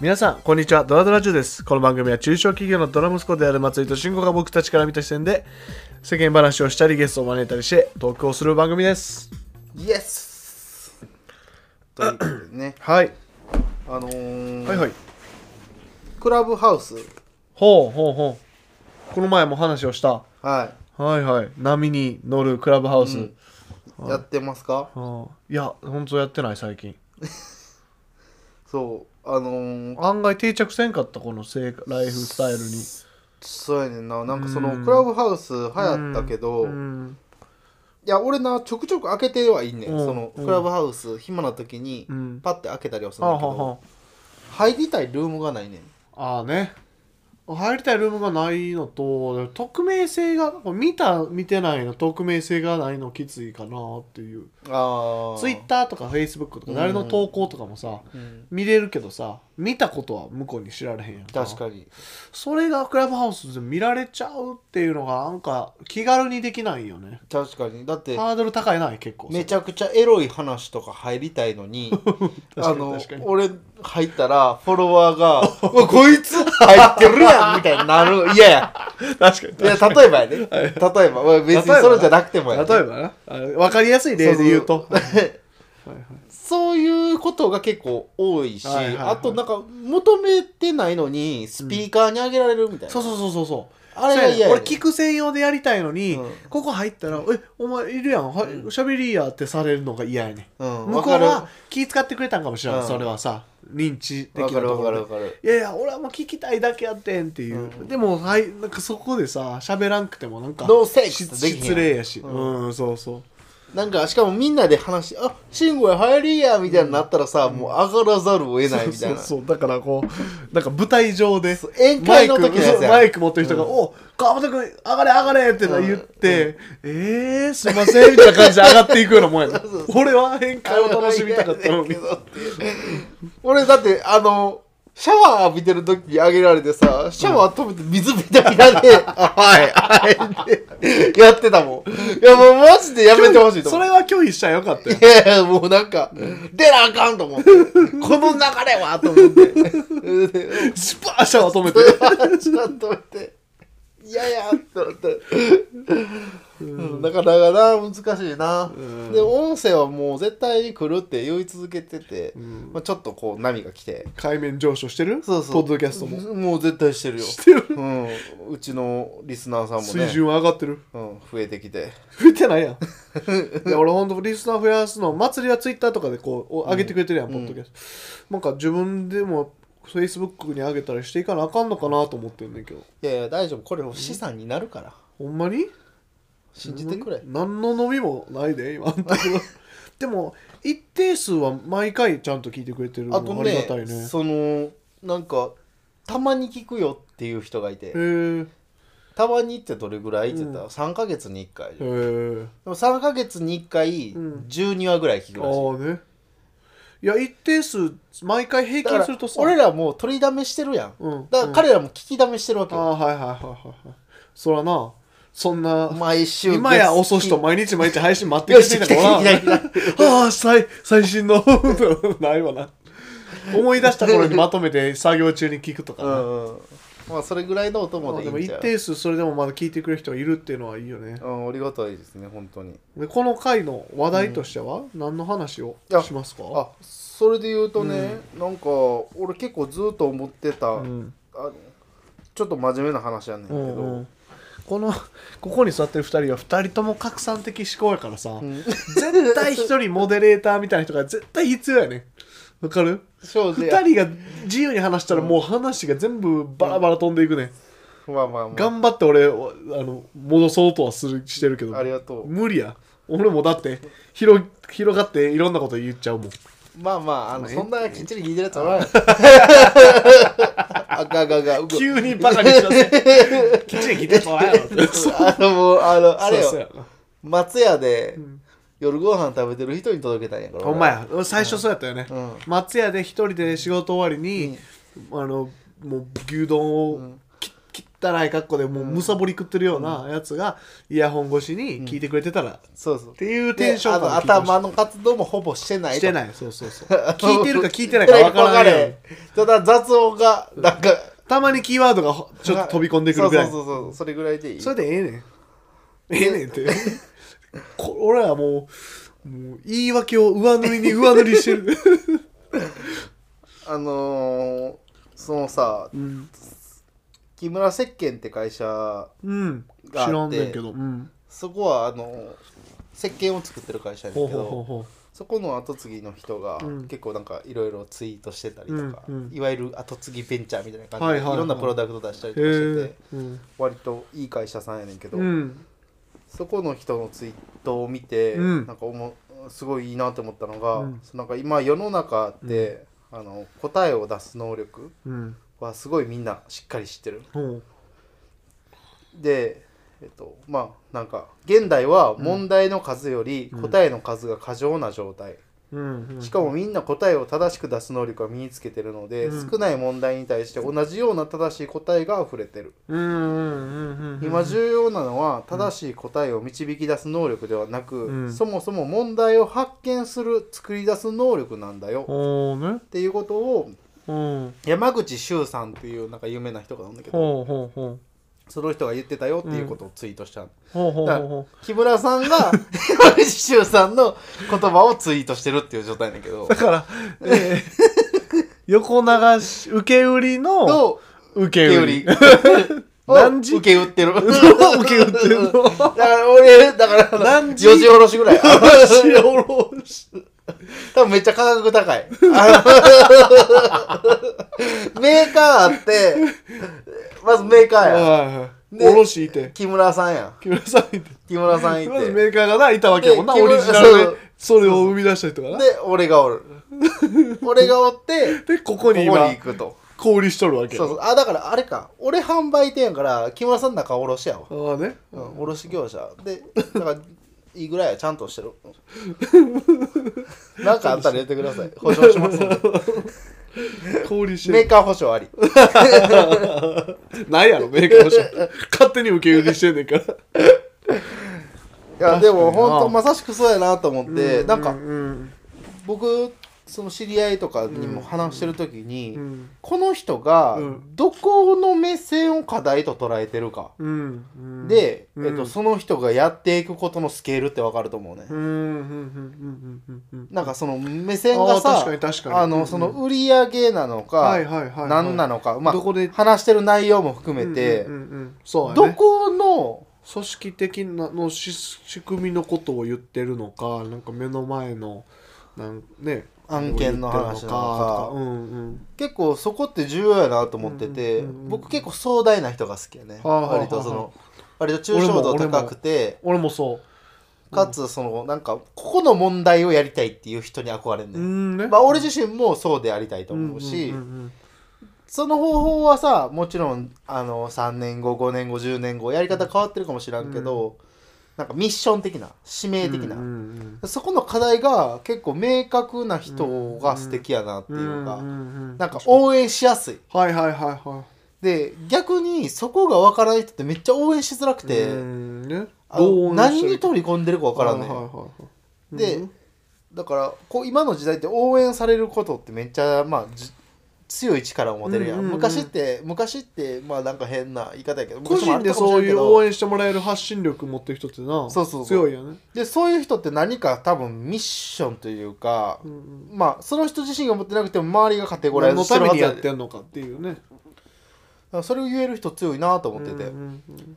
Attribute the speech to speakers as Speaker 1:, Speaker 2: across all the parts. Speaker 1: 皆さん、こんにちは。ドラドラジュです。この番組は中小企業のドラ息子である松井と慎吾が僕たちから見た視点で世間話をしたりゲストを招いたりしてトークをする番組です。、
Speaker 2: イエスということでね
Speaker 1: はい。
Speaker 2: あのー
Speaker 1: はいはい。
Speaker 2: クラブハウス、
Speaker 1: ほうほうほう。この前も話をした。
Speaker 2: は
Speaker 1: はいはい。波に乗るクラブハウス。
Speaker 2: うんい、やってますか
Speaker 1: ああいや、本当やってない最近。
Speaker 2: そう、あのー、
Speaker 1: 案外定着せんかった、この生活ライフスタイルに。
Speaker 2: そうやねんな、なんかその
Speaker 1: うん
Speaker 2: クラブハウス流行ったけど、
Speaker 1: うん。
Speaker 2: いや、俺な、ちょくちょく開けてはいんねん、
Speaker 1: うん
Speaker 2: その
Speaker 1: うん
Speaker 2: クラブハウス、暇な時に、
Speaker 1: うん。
Speaker 2: パッて開けたりはす
Speaker 1: あ
Speaker 2: るんだ
Speaker 1: は
Speaker 2: けど、
Speaker 1: は。
Speaker 2: 入りたいルームがないねん。
Speaker 1: ああね入りたいルームがないのと匿名性が見た見てないの匿名性がないのきついかなっていう
Speaker 2: ああ。
Speaker 1: ツイッターとかフェイスブックとか誰の投稿とかもさ、
Speaker 2: うん
Speaker 1: 見れるけどさ見たことは向こうに知られへんやん
Speaker 2: 確
Speaker 1: に
Speaker 2: かに。
Speaker 1: それがクラブハウスで見られちゃうっていうのがなんか気軽にできないよね
Speaker 2: 確かに。だって、
Speaker 1: ハードル高いない結構
Speaker 2: めちゃくちゃエロい話とか入りたいの にあの
Speaker 1: 確かに
Speaker 2: 俺入ったらフォロワー が「うわこいつ入ってるやん」みたいにな るいやいや
Speaker 1: 確
Speaker 2: いや例えばやで、ね、例えば俺別
Speaker 1: 例えば
Speaker 2: にそれじゃなくてもや、
Speaker 1: 例えばなあ分かりやすい例で言うと
Speaker 2: そうそう そういうことが結構多いし、
Speaker 1: はいはいはい
Speaker 2: あとなんか求めてないのにスピーカーに上げられるみたいな、
Speaker 1: そうそうそうそうそう
Speaker 2: あれが嫌やね
Speaker 1: 俺聞く専用でやりたいのに、
Speaker 2: うん
Speaker 1: ここ入ったら「えお前いるやんはしゃべりや」ってされるのが嫌やね、
Speaker 2: うん
Speaker 1: ん、向こう
Speaker 2: わ
Speaker 1: は
Speaker 2: か
Speaker 1: 気遣ってくれたんかもしれない、
Speaker 2: うん
Speaker 1: それはさ認知
Speaker 2: る
Speaker 1: で
Speaker 2: わ
Speaker 1: き
Speaker 2: か
Speaker 1: る
Speaker 2: る
Speaker 1: と
Speaker 2: わ
Speaker 1: こ
Speaker 2: かる
Speaker 1: ろ
Speaker 2: わ
Speaker 1: で
Speaker 2: かる
Speaker 1: いやいや俺はもう聞きたいだけやってんっていう、
Speaker 2: うん
Speaker 1: でも、はい、なんかそこでさ喋らんくてもなんか
Speaker 2: ノーセック
Speaker 1: し
Speaker 2: スできへんやん
Speaker 1: 失礼やしう、
Speaker 2: うんん
Speaker 1: そうそう
Speaker 2: なんかしかもみんなで話しあ慎吾や入りや」みたいになったらさ、もう上がらざるを得ないみたい
Speaker 1: そうそ
Speaker 2: な
Speaker 1: うそうだからこうなんか舞台上で
Speaker 2: そう宴会の時のやつ
Speaker 1: マイク
Speaker 2: や
Speaker 1: マイク持ってる人が「
Speaker 2: うん
Speaker 1: お川本君上がれ上がれ」ってな言って「えー、すいません」みたいな感じで上がっていくようなもんやな
Speaker 2: そう
Speaker 1: 俺は宴会を楽しみたかったのに
Speaker 2: 俺だってあのシャワー浴びてる時にあげられてさシャワー止めて水みたいなで、あはいはいってやってたもんいやもうマジでやめてほしいと
Speaker 1: そ
Speaker 2: 思う
Speaker 1: れは拒否したらよかったよ
Speaker 2: いやいやもうなんか出なあかんと思ってこの流れはと思って
Speaker 1: スパーシャワー止めて
Speaker 2: ちょっと待って。いやいやって思って。うんなかなかな、難しいな。
Speaker 1: ん
Speaker 2: で、音声はもう絶対に来るって言い続けてて、
Speaker 1: ん
Speaker 2: まあ、ちょっとこう波が来て。
Speaker 1: 海面上昇してる
Speaker 2: そうそう。
Speaker 1: ポッドキャストも
Speaker 2: もう絶対してるよ。
Speaker 1: してる
Speaker 2: うん。うちのリスナーさんも
Speaker 1: 水
Speaker 2: ね、
Speaker 1: 準は上がってる
Speaker 2: うん、増えてきて。
Speaker 1: 増えてないやん いや俺ほんとリスナー増やすの祭りはツイッターとかでこうお上げてくれてるやん、
Speaker 2: うん
Speaker 1: ポッドキャストなんか自分でもフェイスブックに上げたりしていかなあかんのかなと思ってんねんけど
Speaker 2: いやいや、大丈夫。これ資産になるから。
Speaker 1: ほんまに
Speaker 2: 信じてくれ。
Speaker 1: 何の伸びもないで今のとこ ろでも一定数は毎回ちゃんと聞いてくれてるの
Speaker 2: あ
Speaker 1: あ
Speaker 2: と
Speaker 1: りがたいね
Speaker 2: ね、その、なんか、たまに聞くよっていう人がいて。
Speaker 1: へえ
Speaker 2: たまにってどれぐらいって言った
Speaker 1: う
Speaker 2: ら3ヶ月に1回
Speaker 1: へ
Speaker 2: でも
Speaker 1: え
Speaker 2: 3ヶ月に1回
Speaker 1: うん
Speaker 2: 12話ぐらい聞くらしい、
Speaker 1: ああねいや一定数毎回平
Speaker 2: だか
Speaker 1: 均
Speaker 2: ら
Speaker 1: するとさ
Speaker 2: 俺らもう取りだめしてるやん、
Speaker 1: うん
Speaker 2: だから彼らも聞きだめしてるわけ
Speaker 1: あ
Speaker 2: よ、
Speaker 1: あはいはいはいはいはいそらなそんな
Speaker 2: 毎週
Speaker 1: 今や遅しと毎日毎日配信待って
Speaker 2: よ
Speaker 1: き
Speaker 2: して来
Speaker 1: んだ
Speaker 2: て
Speaker 1: からな。
Speaker 2: 来て
Speaker 1: ああ、最、最新の、 ないわな。思い出した頃にまとめて作業中に聞くとか
Speaker 2: う
Speaker 1: な。
Speaker 2: んうんまあそれぐらいの音
Speaker 1: ま
Speaker 2: も
Speaker 1: あ
Speaker 2: でい
Speaker 1: で
Speaker 2: い
Speaker 1: も
Speaker 2: ん
Speaker 1: 一
Speaker 2: ちゃう、
Speaker 1: 定数それでもまだ聞いてくれる人がいるっていうのはいいよね。
Speaker 2: うん、ありがたいですね本当に
Speaker 1: で、この回の話題としては何の話を
Speaker 2: いや
Speaker 1: しますか
Speaker 2: あそれで言うとね、なんか俺結構ずっと思ってた、
Speaker 1: うん。
Speaker 2: あのちょっと真面目な話やねんけど、
Speaker 1: うんうんこの、ここに座ってる二人は二人とも拡散的思考やからさ、
Speaker 2: うん
Speaker 1: 絶対一人モデレーターみたいな人が絶対必要やね。わかる
Speaker 2: そうで
Speaker 1: 二人が自由に話したらもう話が全部バラバラ飛んでいくね、
Speaker 2: まあまあまあ
Speaker 1: 頑張って俺おあの戻そうとはするしてるけど
Speaker 2: ありがとう
Speaker 1: 無理や俺もだって広広がっていろんなこと言っちゃうもん
Speaker 2: まあまあ、あの、
Speaker 1: ね
Speaker 2: そんなきっちり聞いてるやつ おらんよ。あががが、うご
Speaker 1: 急にバカにしちゃって きっちり聞いてもらえよ
Speaker 2: あの、もう、あの、あれ
Speaker 1: そうそう
Speaker 2: よ、
Speaker 1: やな
Speaker 2: 松屋で
Speaker 1: ん
Speaker 2: 夜ご飯食べてる人に届けたんやから。
Speaker 1: ほんまや俺最初そうやったよね、
Speaker 2: うん
Speaker 1: 松屋で一人で仕事終わりに、あのもう牛丼を、き汚汚い格好でもうむさぼり食ってるようなやつがイヤホン越しに聞いてくれてたら、っ
Speaker 2: そうそう
Speaker 1: ていうテンション
Speaker 2: であの
Speaker 1: 聞いてほしい
Speaker 2: 頭の活動もほぼしてない
Speaker 1: して
Speaker 2: い
Speaker 1: ないそうそうそう聞いてるか聞いて ないか分からないように
Speaker 2: ただ雑音がなんか
Speaker 1: たまにキーワードがほちょっと飛び込んでくるぐらい
Speaker 2: そうそうそうそうそれぐらいでいい
Speaker 1: それでええねん ええねんってこ俺らもうもう言い訳を上塗りに上塗りしてる、
Speaker 2: あのー、そのさ
Speaker 1: うん、
Speaker 2: 木村石鹸って会社
Speaker 1: うん、知らんねんけど、うん、
Speaker 2: そこはあのー石鹸を作ってる会社やね
Speaker 1: ほう
Speaker 2: んけど
Speaker 1: ほうほうほう
Speaker 2: そこの後継ぎの人が
Speaker 1: うん
Speaker 2: 結構なんかいろいろツイートしてたりとか、
Speaker 1: うんうん
Speaker 2: いわゆる後継ぎベンチャーみたいな感じで、
Speaker 1: はい
Speaker 2: い
Speaker 1: はいはい
Speaker 2: ろんなプロダクト出したりとかして
Speaker 1: へ
Speaker 2: て
Speaker 1: えうん
Speaker 2: 割といい会社さんやねんけど、
Speaker 1: うん
Speaker 2: そこの人のツイートを見て、
Speaker 1: うん
Speaker 2: なんかおもすごいいいなと思ったのが、
Speaker 1: うん
Speaker 2: なんか今世の中って、あの答えを出す能力
Speaker 1: うん
Speaker 2: はすごいみんなしっかり知ってる。
Speaker 1: ほう
Speaker 2: でえっとまあなんか現代は問題の数より
Speaker 1: うん
Speaker 2: 答えの数が過剰な状態、
Speaker 1: うんうん
Speaker 2: しかもみんな答えを正しく出す能力が身につけてるので、
Speaker 1: うん
Speaker 2: 少ない問題に対して同じような正しい答えが溢れてる、
Speaker 1: うんうんうんうんうん
Speaker 2: 今重要なのは正しい答えを導き出す能力ではなく、
Speaker 1: うん
Speaker 2: そもそも問題を発見する作り出す能力なんだよ、っ
Speaker 1: ほうね
Speaker 2: ていうことを
Speaker 1: うん
Speaker 2: 山口周さんっていうなんか有名な人がなんだけど
Speaker 1: ほうほうほう
Speaker 2: その人が言ってたよっていうことをツイートしたの、
Speaker 1: ほうほうほうほ
Speaker 2: 木村さん が山口周さんの言葉をツイートしてるっていう状態だけど
Speaker 1: うだから、えー横流し受け売りの
Speaker 2: と
Speaker 1: 受
Speaker 2: 受
Speaker 1: け
Speaker 2: け
Speaker 1: 売
Speaker 2: 売
Speaker 1: り
Speaker 2: り
Speaker 1: 何時
Speaker 2: を受け売って る
Speaker 1: どう受け売ってんの
Speaker 2: だから俺だからあの
Speaker 1: 何時
Speaker 2: 四時おろしぐらい
Speaker 1: 足を下ろし
Speaker 2: 多分めっちゃ価格高いあのメーカーあってまずメーカーや
Speaker 1: はい
Speaker 2: で
Speaker 1: おろしいて
Speaker 2: 木村さんや
Speaker 1: 木村さんいて
Speaker 2: 木村さんい
Speaker 1: 木
Speaker 2: て
Speaker 1: 村さんメーカーがないたわけやもんな
Speaker 2: で
Speaker 1: オ
Speaker 2: 木村
Speaker 1: リジナル
Speaker 2: そ
Speaker 1: で
Speaker 2: う
Speaker 1: それを生み出した人がな
Speaker 2: で俺がおる俺がおって
Speaker 1: でこ
Speaker 2: こ
Speaker 1: こ
Speaker 2: こ
Speaker 1: に
Speaker 2: に
Speaker 1: 今
Speaker 2: 行くと
Speaker 1: 小売りしとるわけや
Speaker 2: そうそうあだからあれか俺販売店やから木村さんの中卸やわ、
Speaker 1: ああ ね
Speaker 2: うん、卸業者でだからいいぐらいはちゃんとして るなんかあったら言ってください保証しますので
Speaker 1: 小売りして
Speaker 2: メ
Speaker 1: る
Speaker 2: ーカー保証あり
Speaker 1: ないやろメーカーの人勝手に受け売りしてんねんから
Speaker 2: いやで
Speaker 1: 確かにな
Speaker 2: も本当まさしくそうやなと思って、なん
Speaker 1: う
Speaker 2: か
Speaker 1: ん
Speaker 2: 僕その知り合いとかにも話してる時に、
Speaker 1: うん
Speaker 2: この人が
Speaker 1: うん
Speaker 2: どこの目線を課題と捉えてるか、
Speaker 1: うんうん
Speaker 2: で、
Speaker 1: うん
Speaker 2: えっと、その人がやっていくことのスケールって分かると思うね、
Speaker 1: うんうんうんうんうんうん
Speaker 2: なんかその目線が
Speaker 1: あー
Speaker 2: さ
Speaker 1: 確かに確かに
Speaker 2: あ
Speaker 1: うんう
Speaker 2: の
Speaker 1: ん
Speaker 2: その売り上げなの
Speaker 1: はい
Speaker 2: か
Speaker 1: はいはい
Speaker 2: 何な
Speaker 1: の
Speaker 2: のかま
Speaker 1: どこで
Speaker 2: あ話してる内容も含めて
Speaker 1: うんうんうんそうやね
Speaker 2: どこの
Speaker 1: 組織的なのし仕組みのことを言ってるのかなんか目の前のなんね
Speaker 2: 案件の話な
Speaker 1: を
Speaker 2: のか
Speaker 1: 言ってるのかとかうんうん
Speaker 2: 結構そこって重要やなと思ってて
Speaker 1: うんうんうんうん
Speaker 2: 僕結構壮大な人が好きやね
Speaker 1: はあはあはあ
Speaker 2: 割とその割と抽象
Speaker 1: 俺も
Speaker 2: 度
Speaker 1: 俺も
Speaker 2: 高くて
Speaker 1: 俺もそ
Speaker 2: かつそのなんかここの問題をやりたいっていう人に憧れる
Speaker 1: うう
Speaker 2: ね
Speaker 1: んね
Speaker 2: まあ俺自身もそうでありたいと思うしその方法はさもちろんあの3年後5年後10年後やり方変わってるかもしらんけど、なんかミッション的な使命的な、そこの課題が結構明確な人が素敵やなっていうか、なんか応援しやすい
Speaker 1: はいはいはいは
Speaker 2: で逆にそこが分からない人ってめっちゃ応援しづらく
Speaker 1: い
Speaker 2: て、
Speaker 1: うんね
Speaker 2: あの
Speaker 1: どう
Speaker 2: 何に取り込んでるか分からんねん、
Speaker 1: はいはいはいはい
Speaker 2: で
Speaker 1: うん
Speaker 2: だからこう今の時代って応援されることってめっちゃまあじ強い力を持てるやん,、
Speaker 1: うんうんうん
Speaker 2: 昔って昔ってまあなんか変な言い方やけど
Speaker 1: 個人で
Speaker 2: 昔もあ
Speaker 1: そう
Speaker 2: る
Speaker 1: いう
Speaker 2: かもしれんけど
Speaker 1: 応援してもらえる発信力持ってる人ってな
Speaker 2: そうそうそう
Speaker 1: 強いよね
Speaker 2: でそういう人って何か多分ミッションというか、
Speaker 1: うんうん
Speaker 2: まあその人自身が持ってなくても周りがカテゴライ
Speaker 1: 何
Speaker 2: ズ
Speaker 1: のた
Speaker 2: してる
Speaker 1: め
Speaker 2: はず
Speaker 1: にや
Speaker 2: や
Speaker 1: っ
Speaker 2: で
Speaker 1: てんのかっていうね
Speaker 2: だからそれを言える人強いなと思ってて、
Speaker 1: うんうん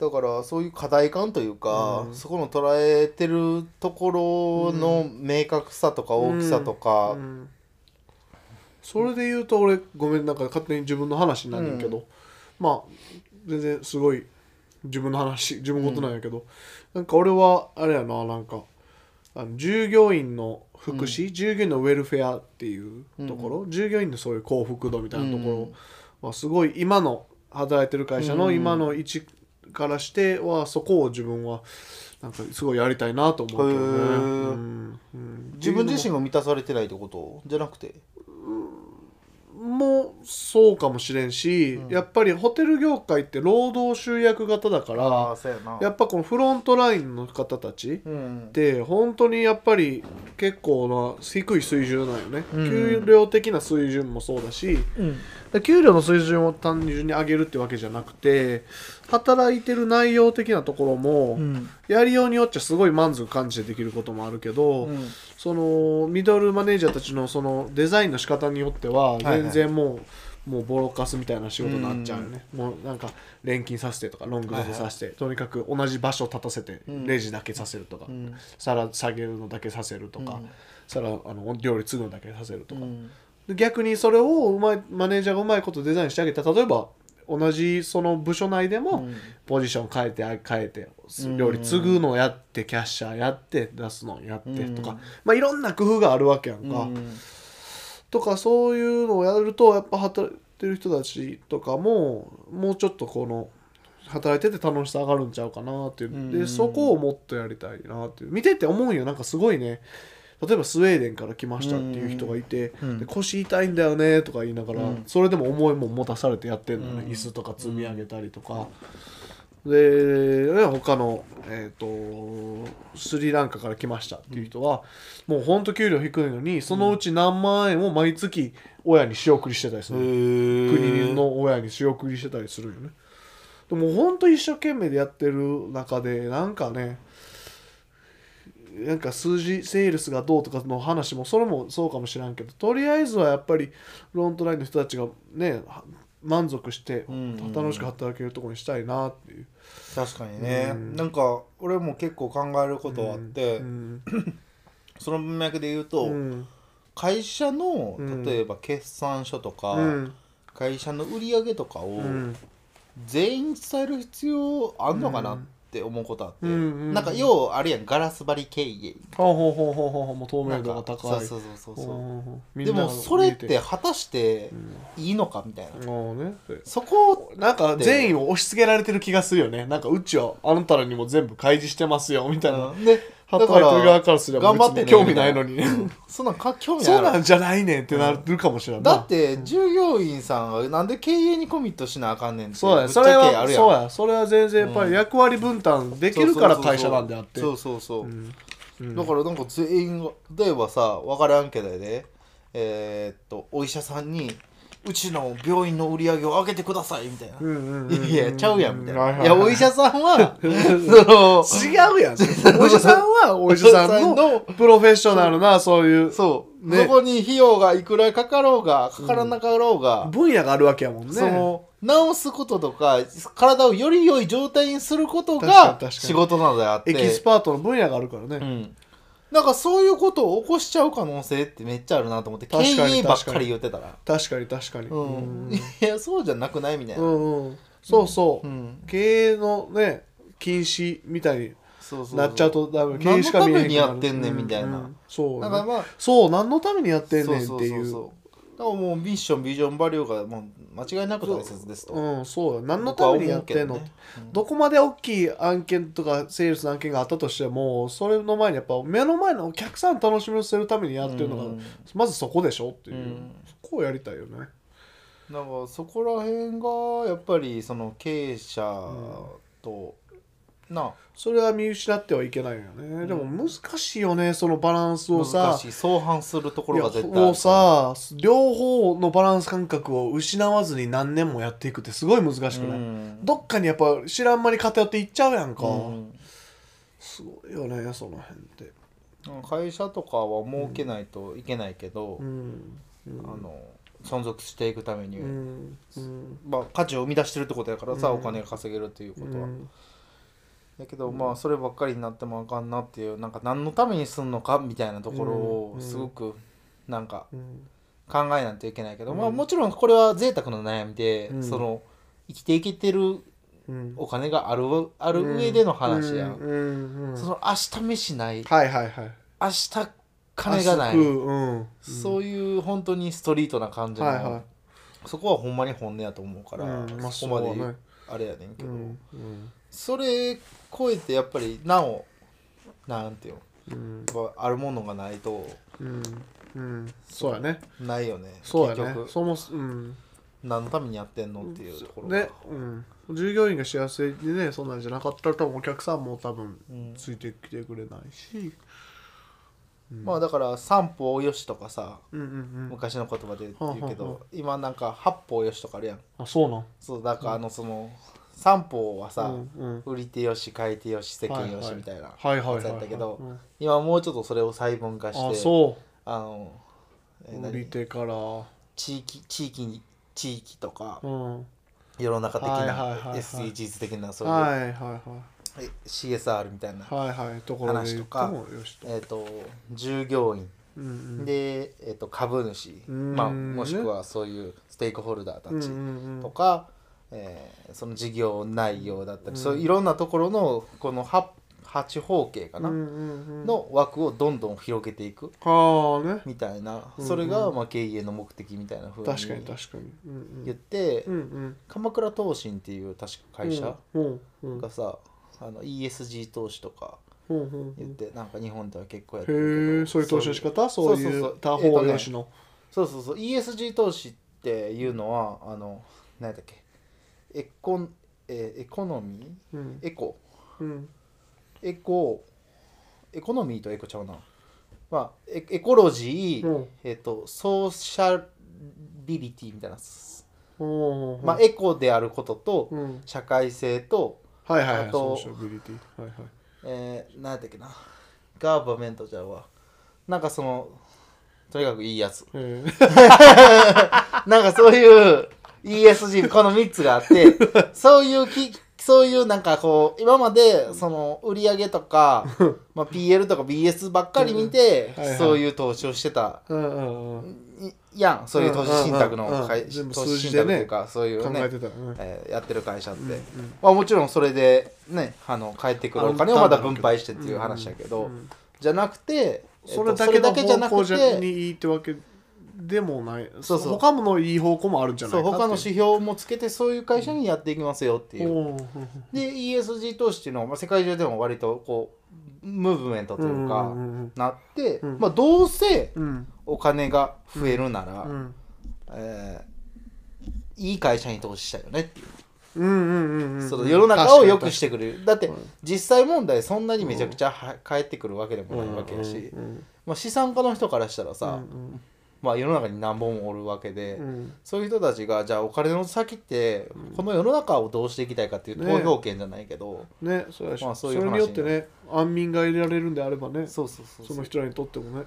Speaker 2: だからそういう課題感というか、
Speaker 1: うん
Speaker 2: そこの捉えてるところの明確さとか大きさとか、
Speaker 1: うんそれで言うと俺ごめんなんか勝手に自分の話になんねんけど、まあ全然すごい自分の話自分事なんやけど、なんか俺はあれやななんかあの従業員の福祉、従業員のウェルフェアっていうところ、従業員のそういう幸福度みたいなところ、
Speaker 2: うん
Speaker 1: まあ、すごい今の働いてる会社の
Speaker 2: うん
Speaker 1: 今の位置からしてはそこを自分はなんかすごいやりたいなと思うけどね
Speaker 2: へー
Speaker 1: うんうん
Speaker 2: 自分自身が満たされてないってことじゃなくて、
Speaker 1: もそうかもしれんし、
Speaker 2: うん
Speaker 1: やっぱりホテル業界って労働集約型だから
Speaker 2: ああそうやな
Speaker 1: やっぱこのフロントラインの方たち
Speaker 2: うん
Speaker 1: って本当にやっぱり結構な低い水準なんよね、
Speaker 2: うん
Speaker 1: 給料的な水準もそうだし
Speaker 2: うん
Speaker 1: 給料の水準を単純に上げるってわけじゃなくて働いてる内容的なところも、
Speaker 2: うん
Speaker 1: やりようによっちゃすごい満足感じてできることもあるけど、
Speaker 2: うん
Speaker 1: そのミドルマネージャーたちのそのデザインの仕方によっては
Speaker 2: はいはい
Speaker 1: 全然もう、もうボロカスみたいな仕事になっちゃうよね、もうなんか錬金させてとかロングでさせて、とにかく同じ場所を立たせて
Speaker 2: うん
Speaker 1: レジだけさせるとか、
Speaker 2: うん
Speaker 1: 皿下げるのだけさせるとか、
Speaker 2: うん
Speaker 1: 皿あの料理継ぐのだけさせるとか、
Speaker 2: うん
Speaker 1: で逆にそれをうまいマネージャーがうまいことデザインしてあげた例えば同じその部署内でも、
Speaker 2: うん
Speaker 1: ポジション変えてあ変えて
Speaker 2: うん
Speaker 1: 料理継ぐのやってキャッシャーやって出すのやって
Speaker 2: うん
Speaker 1: とか、まあ、いろんな工夫があるわけやんか、とかそういうのをやるとやっぱ働いてる人たちとかももうちょっとこの働いてて楽しさ上がるんちゃうかなっていう、
Speaker 2: う
Speaker 1: で
Speaker 2: ん
Speaker 1: そこをもっとやりたいなっていう見てて思うんよなんかすごいね例えばスウェーデンから来ましたっていう人がいて、
Speaker 2: うん
Speaker 1: で腰痛いんだよねとか言いながら、
Speaker 2: うん
Speaker 1: それでも思いも持たされてやってんのね、
Speaker 2: うん
Speaker 1: 椅子とか積み上げたりとか、で他の、えー、とスリランカから来ましたっていう人は、もうほんと給料低いのにそのうち何万円を毎月親に仕送りしてたりする、
Speaker 2: 国
Speaker 1: 国の親に仕送りしてたりするよねでもほんと一生懸命でやってる中でなんかねなんか数字セールスがどうとかの話もそれもそうかもしらんけどとりあえずはやっぱりフロントラインの人たちがねは満足して
Speaker 2: うんうん
Speaker 1: 楽しく働けるところにしたいなっていう。
Speaker 2: 確かにね、
Speaker 1: うん
Speaker 2: なんか俺も結構考えることあって、
Speaker 1: うん
Speaker 2: その文脈で言うと、
Speaker 1: うん
Speaker 2: 会社の
Speaker 1: うん
Speaker 2: 例えば決算書とか、
Speaker 1: うん
Speaker 2: 会社の売り上げとかを
Speaker 1: うん
Speaker 2: 全員伝える必要あんのかなって思うことあって、
Speaker 1: うんうん
Speaker 2: なんかようあるやんガラス張り経営
Speaker 1: ほうほうほうほうほうもう透明度が高
Speaker 2: そう
Speaker 1: い
Speaker 2: そうそうそう
Speaker 1: うんうんうんみん
Speaker 2: で
Speaker 1: なが
Speaker 2: もそれっ
Speaker 1: 見
Speaker 2: て
Speaker 1: え
Speaker 2: 果たしていいのかみたいな、
Speaker 1: てもうね
Speaker 2: そこ
Speaker 1: なんか善意を押し付けられてる気がするよねなんかうちはあなたらにも全部開示してますよみたいな、
Speaker 2: うんでだ
Speaker 1: 働い
Speaker 2: か
Speaker 1: てる側
Speaker 2: ら
Speaker 1: からすれば
Speaker 2: 頑張ってね
Speaker 1: 別に興味ないのに
Speaker 2: みたいなうんそんなんか興味ない
Speaker 1: そう
Speaker 2: やろ
Speaker 1: なんじゃないねんってなるかもしれない
Speaker 2: だって従業員さんがなんで経営にコミットしなあかんねんって
Speaker 1: そう
Speaker 2: ぶ
Speaker 1: や
Speaker 2: っち
Speaker 1: そ
Speaker 2: ゃ
Speaker 1: れ
Speaker 2: け
Speaker 1: は
Speaker 2: あるやん
Speaker 1: そうやそれは全然やっぱ
Speaker 2: うん
Speaker 1: り役割分担できるから会社なんであって
Speaker 2: そうそうそう、
Speaker 1: うんうん
Speaker 2: だからなんか全員が例えばさ分からんけどねえーっとお医者さんにうちの病院の売り上げを上げてくださいみたいな、
Speaker 1: うんうんうん
Speaker 2: いやちゃうやんみたいな、
Speaker 1: はいは
Speaker 2: や
Speaker 1: は
Speaker 2: お医者さんは そ
Speaker 1: 違うやん。お医者さんはお医者 さんのプロフェッショナルな、そういう
Speaker 2: のそう、
Speaker 1: ね
Speaker 2: そこに費用がいくらかかろうがかからなかろうが、
Speaker 1: 分野があるわけやもんね。
Speaker 2: その治すこととか体をより良い状態にすること
Speaker 1: 確かに確
Speaker 2: が
Speaker 1: かに
Speaker 2: 仕事なのであって
Speaker 1: エキスパートの分野があるから
Speaker 2: う
Speaker 1: ね。
Speaker 2: ん、なんかそういうことを起こしちゃう可能性ってめっちゃあるなと思って経
Speaker 1: 確かに
Speaker 2: 営ばっかり言ってたら、
Speaker 1: 確かに確かに。
Speaker 2: う
Speaker 1: うん
Speaker 2: ん、 いやそうじゃなくないみたいうな、
Speaker 1: んうん。そうそうう。
Speaker 2: ん、
Speaker 1: 経営のね、禁止みたいに
Speaker 2: そうそうそう
Speaker 1: なっちゃうとダメ。経営
Speaker 2: 何
Speaker 1: し
Speaker 2: の
Speaker 1: か
Speaker 2: た
Speaker 1: 見えへ
Speaker 2: め
Speaker 1: ん
Speaker 2: に
Speaker 1: くな
Speaker 2: や
Speaker 1: る
Speaker 2: ってんねんみたいな、
Speaker 1: ううそう
Speaker 2: だから
Speaker 1: ね。
Speaker 2: まあ
Speaker 1: そう、何のためにやってんねんっ
Speaker 2: そう
Speaker 1: て
Speaker 2: そ
Speaker 1: い
Speaker 2: うそう
Speaker 1: う
Speaker 2: そ。うだからもうミッションビジョンバリューがもう間違いなく大切ですと、
Speaker 1: うん、そうや。何の
Speaker 2: 僕は
Speaker 1: ため
Speaker 2: 思う
Speaker 1: にやっ
Speaker 2: け
Speaker 1: て
Speaker 2: ど
Speaker 1: んの
Speaker 2: ねうん
Speaker 1: どこまで大きい案件とかセールスの案件があったとしてもそれの前にやっぱ目の前のお客さんを楽しみにするためにやってるのが、
Speaker 2: うん
Speaker 1: まずそこでしょっていう、
Speaker 2: うん
Speaker 1: そこをやりたいよね
Speaker 2: なんかそこら辺がやっぱりその経営者と、な
Speaker 1: それは見失ってはいけないよね、
Speaker 2: ん
Speaker 1: でも難しいよねそのバランスをさ
Speaker 2: 難しい相反するとこ
Speaker 1: い
Speaker 2: ろ
Speaker 1: や
Speaker 2: が絶対ある
Speaker 1: もうさ両方のバランス感覚を失わずに何年もやっていくってすごい難しくない、
Speaker 2: うん
Speaker 1: どっかにやっぱ知らん間に偏っていっちゃうやんか、
Speaker 2: うん
Speaker 1: すごいよねその辺って
Speaker 2: 会社とかは儲けないといけないけど、
Speaker 1: うんうん
Speaker 2: あの存続していくために、
Speaker 1: うんうん
Speaker 2: まあ、価値を生み出してるってことやからさ、
Speaker 1: うん
Speaker 2: お金が稼げるっていうこ
Speaker 1: う
Speaker 2: とは、
Speaker 1: ん
Speaker 2: だけどまあそればっかりになってもあかんなっていうなんか何のためにすんのかみたいなところを
Speaker 1: うん
Speaker 2: すごくなんか
Speaker 1: うん
Speaker 2: 考えないといけないけど、まあ
Speaker 1: うん
Speaker 2: もちろんこれは贅沢な悩みで、
Speaker 1: うん
Speaker 2: その生きていけてる
Speaker 1: うん
Speaker 2: お金があるある上での話や、
Speaker 1: うんうんうん
Speaker 2: その明日飯ない
Speaker 1: はいはいはい
Speaker 2: 明日金がない、
Speaker 1: 足すくうん、
Speaker 2: そういう本当にストリートな感じの、
Speaker 1: はいはい
Speaker 2: そこはほんまに本音やと思うから、
Speaker 1: うんまあ
Speaker 2: そこま
Speaker 1: そうだ
Speaker 2: で
Speaker 1: ね
Speaker 2: あれやねんけ
Speaker 1: う
Speaker 2: ど、
Speaker 1: んうん
Speaker 2: それ超えてやっぱりなおなんていう
Speaker 1: うん
Speaker 2: のやっぱあるものがないと
Speaker 1: うんうんそうやね
Speaker 2: ないよね
Speaker 1: そうや
Speaker 2: 結
Speaker 1: ね
Speaker 2: 局
Speaker 1: そもそうん
Speaker 2: 何のためにやってんのっていうところが
Speaker 1: ねうん従業員が幸せにねそんなんじゃなかったら多分お客さんも多分
Speaker 2: うん
Speaker 1: ついてきてくれないし、
Speaker 2: まあだから三方よしとかさ
Speaker 1: うん、うんうん
Speaker 2: 昔の言葉で言うけ
Speaker 1: はあはあ
Speaker 2: ど今なんか八方よしとかあるやん
Speaker 1: あそうなん
Speaker 2: そうなんかあのその三方はさ
Speaker 1: うんうん
Speaker 2: 売り手よし買い手よし世間よしみたいな
Speaker 1: はいはいはいはい
Speaker 2: だったけど
Speaker 1: うん
Speaker 2: 今もうちょっとそれを細分化
Speaker 1: あ
Speaker 2: して
Speaker 1: そ
Speaker 2: あのえ
Speaker 1: う
Speaker 2: 何
Speaker 1: 売り手から
Speaker 2: 地域地域に地域とか
Speaker 1: うん
Speaker 2: 世の中的
Speaker 1: はいはいはい
Speaker 2: な
Speaker 1: はい
Speaker 2: SDGs 的なそういう
Speaker 1: はいはいは
Speaker 2: え CSR みたいない
Speaker 1: はいはいところで言ってもよしと、
Speaker 2: えっと従業員
Speaker 1: うんうん、
Speaker 2: で、えっと株主、
Speaker 1: うん
Speaker 2: まあ、もしくはそういうステークホルダーた
Speaker 1: うんう
Speaker 2: ち
Speaker 1: んう
Speaker 2: と
Speaker 1: ん
Speaker 2: か、えーその事業内容だったり、そういういろんなところのこの八八方形かな、
Speaker 1: うんうんうん
Speaker 2: の枠をどんどん広げていく
Speaker 1: はあね
Speaker 2: みたいな、
Speaker 1: うん
Speaker 2: それがまあ経営の目的みたいなふうに
Speaker 1: 確かに確かにうんう
Speaker 2: 言っ
Speaker 1: ん
Speaker 2: て、
Speaker 1: うんうん
Speaker 2: 鎌倉投信っていう確か会社
Speaker 1: うんうん
Speaker 2: がさ、あの ESG 投資とか
Speaker 1: うんうんう
Speaker 2: 言っ
Speaker 1: ん
Speaker 2: て、なんか日本では結構やってるけ
Speaker 1: へ
Speaker 2: ど
Speaker 1: えそういう投資の仕方
Speaker 2: そ
Speaker 1: そうう
Speaker 2: そうそう
Speaker 1: い
Speaker 2: そうう
Speaker 1: 他
Speaker 2: えっと
Speaker 1: 方
Speaker 2: ね
Speaker 1: よしの
Speaker 2: そうそうそう ESG 投資っていうのはあの何だっけエコン、えーエコノミ
Speaker 1: うん
Speaker 2: ーエコ
Speaker 1: うん
Speaker 2: エコエコノミーとエコちゃうなまあエエコロジー、
Speaker 1: うん
Speaker 2: えっ、とソーシャリリティみたいな、
Speaker 1: おー
Speaker 2: まあエコであることと、
Speaker 1: うん
Speaker 2: 社会性と、
Speaker 1: はいはいはい
Speaker 2: あ
Speaker 1: ソ
Speaker 2: と
Speaker 1: ーシャビリティはいはい
Speaker 2: えー、何だっけなガーバメントじゃうわなんかそのとにかくい いやつ
Speaker 1: え
Speaker 2: なんかそういう ESG この3つがあ ってそういうきそういうなんかこう今までその売り上げと か、まあ、PL とか BS ばっかり見て、
Speaker 1: うんはいはい
Speaker 2: そういう投資をしてた
Speaker 1: ーうんうんうん
Speaker 2: いやんそういう投資信託の
Speaker 1: うんうんうん
Speaker 2: 会
Speaker 1: 全部
Speaker 2: 投資
Speaker 1: 数
Speaker 2: 信
Speaker 1: 字
Speaker 2: 託
Speaker 1: で
Speaker 2: という
Speaker 1: ね
Speaker 2: か、そういう
Speaker 1: 考
Speaker 2: ね
Speaker 1: えてたうん
Speaker 2: えーやってる会社って、
Speaker 1: うんうん
Speaker 2: まあ、もちろんそれでねあの返ってくるお金をまた分配してっていう話だけど、
Speaker 1: うん
Speaker 2: じゃなくて、えっと
Speaker 1: それだけの方向じ
Speaker 2: そ
Speaker 1: ゃ
Speaker 2: れだけじゃ
Speaker 1: に
Speaker 2: なくて
Speaker 1: いいってわけでもない
Speaker 2: そうそう
Speaker 1: 他のいい方向もあるんじゃな
Speaker 2: そ
Speaker 1: いうかって
Speaker 2: 他の指標もつけてそういう会社にやっていきますよっていう。
Speaker 1: おーうん
Speaker 2: で ESG 投資っていうのは、まあ、世界中でも割とこうムーブメントというか、
Speaker 1: うんうんうん
Speaker 2: なって、
Speaker 1: うん
Speaker 2: まあ、どうせ
Speaker 1: うん
Speaker 2: お金が増えるなら、
Speaker 1: うん
Speaker 2: えーいい会社に投資したいよねっていう、
Speaker 1: うんうんうんうん
Speaker 2: その世の中を良くしててくれるだって実際問題そんなにめちゃくちゃは返ってくるわけでもないわけやし、
Speaker 1: うん
Speaker 2: まあ、資産家の人からしたらさ、
Speaker 1: うん
Speaker 2: まあ、世の中に何本もおるわけで。
Speaker 1: うん
Speaker 2: そういう人たちがじゃあお金の先ってこの世の中をどうしていきたいかっていう投票権じゃないけど、
Speaker 1: ねそうやし
Speaker 2: まあそ
Speaker 1: そう
Speaker 2: いう
Speaker 1: れ
Speaker 2: 話
Speaker 1: によってね安眠が得られるんであればね
Speaker 2: そうそうそう
Speaker 1: そ
Speaker 2: そう
Speaker 1: の人らにとってもね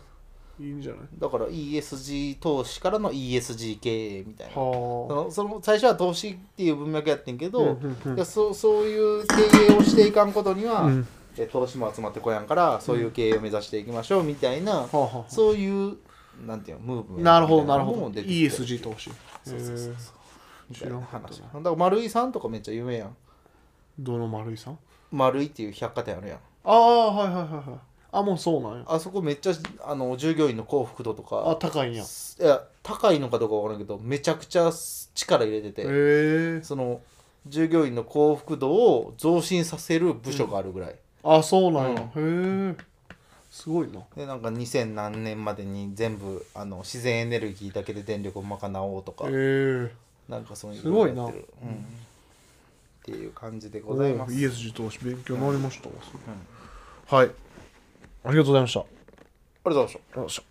Speaker 1: いいんじゃない
Speaker 2: だから ESG 投資からの ESG 経営みたいなそ
Speaker 1: は
Speaker 2: のその最初は投資っていう文脈やってんけど、
Speaker 1: うんうんうん
Speaker 2: いやそうそういう経営をしていかんことには、
Speaker 1: うん
Speaker 2: え投資も集まってこやんからそういう経営を目指していきましょうみたいな、
Speaker 1: あはあは
Speaker 2: そういうなんていうのムーブ
Speaker 1: あ
Speaker 2: メント
Speaker 1: なるほど
Speaker 2: みた
Speaker 1: ないる
Speaker 2: の
Speaker 1: ほど
Speaker 2: も出てきて
Speaker 1: ESG 投資
Speaker 2: そうそうそうそ
Speaker 1: へ
Speaker 2: う
Speaker 1: ー
Speaker 2: みた
Speaker 1: 知
Speaker 2: い
Speaker 1: ら
Speaker 2: なん
Speaker 1: かった
Speaker 2: 話
Speaker 1: な
Speaker 2: だから丸井さんとかめっちゃ有名やん
Speaker 1: どの丸井さん
Speaker 2: 丸井っていう百貨店あるやん
Speaker 1: ああはいはいはいはいあもうそうなんや
Speaker 2: あそこめっちゃあの従業員の幸福度と
Speaker 1: あ
Speaker 2: か
Speaker 1: 高いんやへ
Speaker 2: いや高いのかどうかわからんけどめちゃくちゃ力入れてて、
Speaker 1: え
Speaker 2: その従業員の幸福度を増進させる部署があるぐらい、
Speaker 1: あそうなんやへえすごいな
Speaker 2: でなんか2000何年までに全部あの自然エネルギーだけで電力を賄おうとか、
Speaker 1: へえ
Speaker 2: なんかそういう
Speaker 1: すごいな
Speaker 2: やってる、うんっていう感じでご
Speaker 1: お
Speaker 2: ざいます、
Speaker 1: ー ESG 投資勉強になりましたわ
Speaker 2: うんあ
Speaker 1: は
Speaker 2: り
Speaker 1: いありがとうございました
Speaker 2: がとうございました
Speaker 1: よいしょ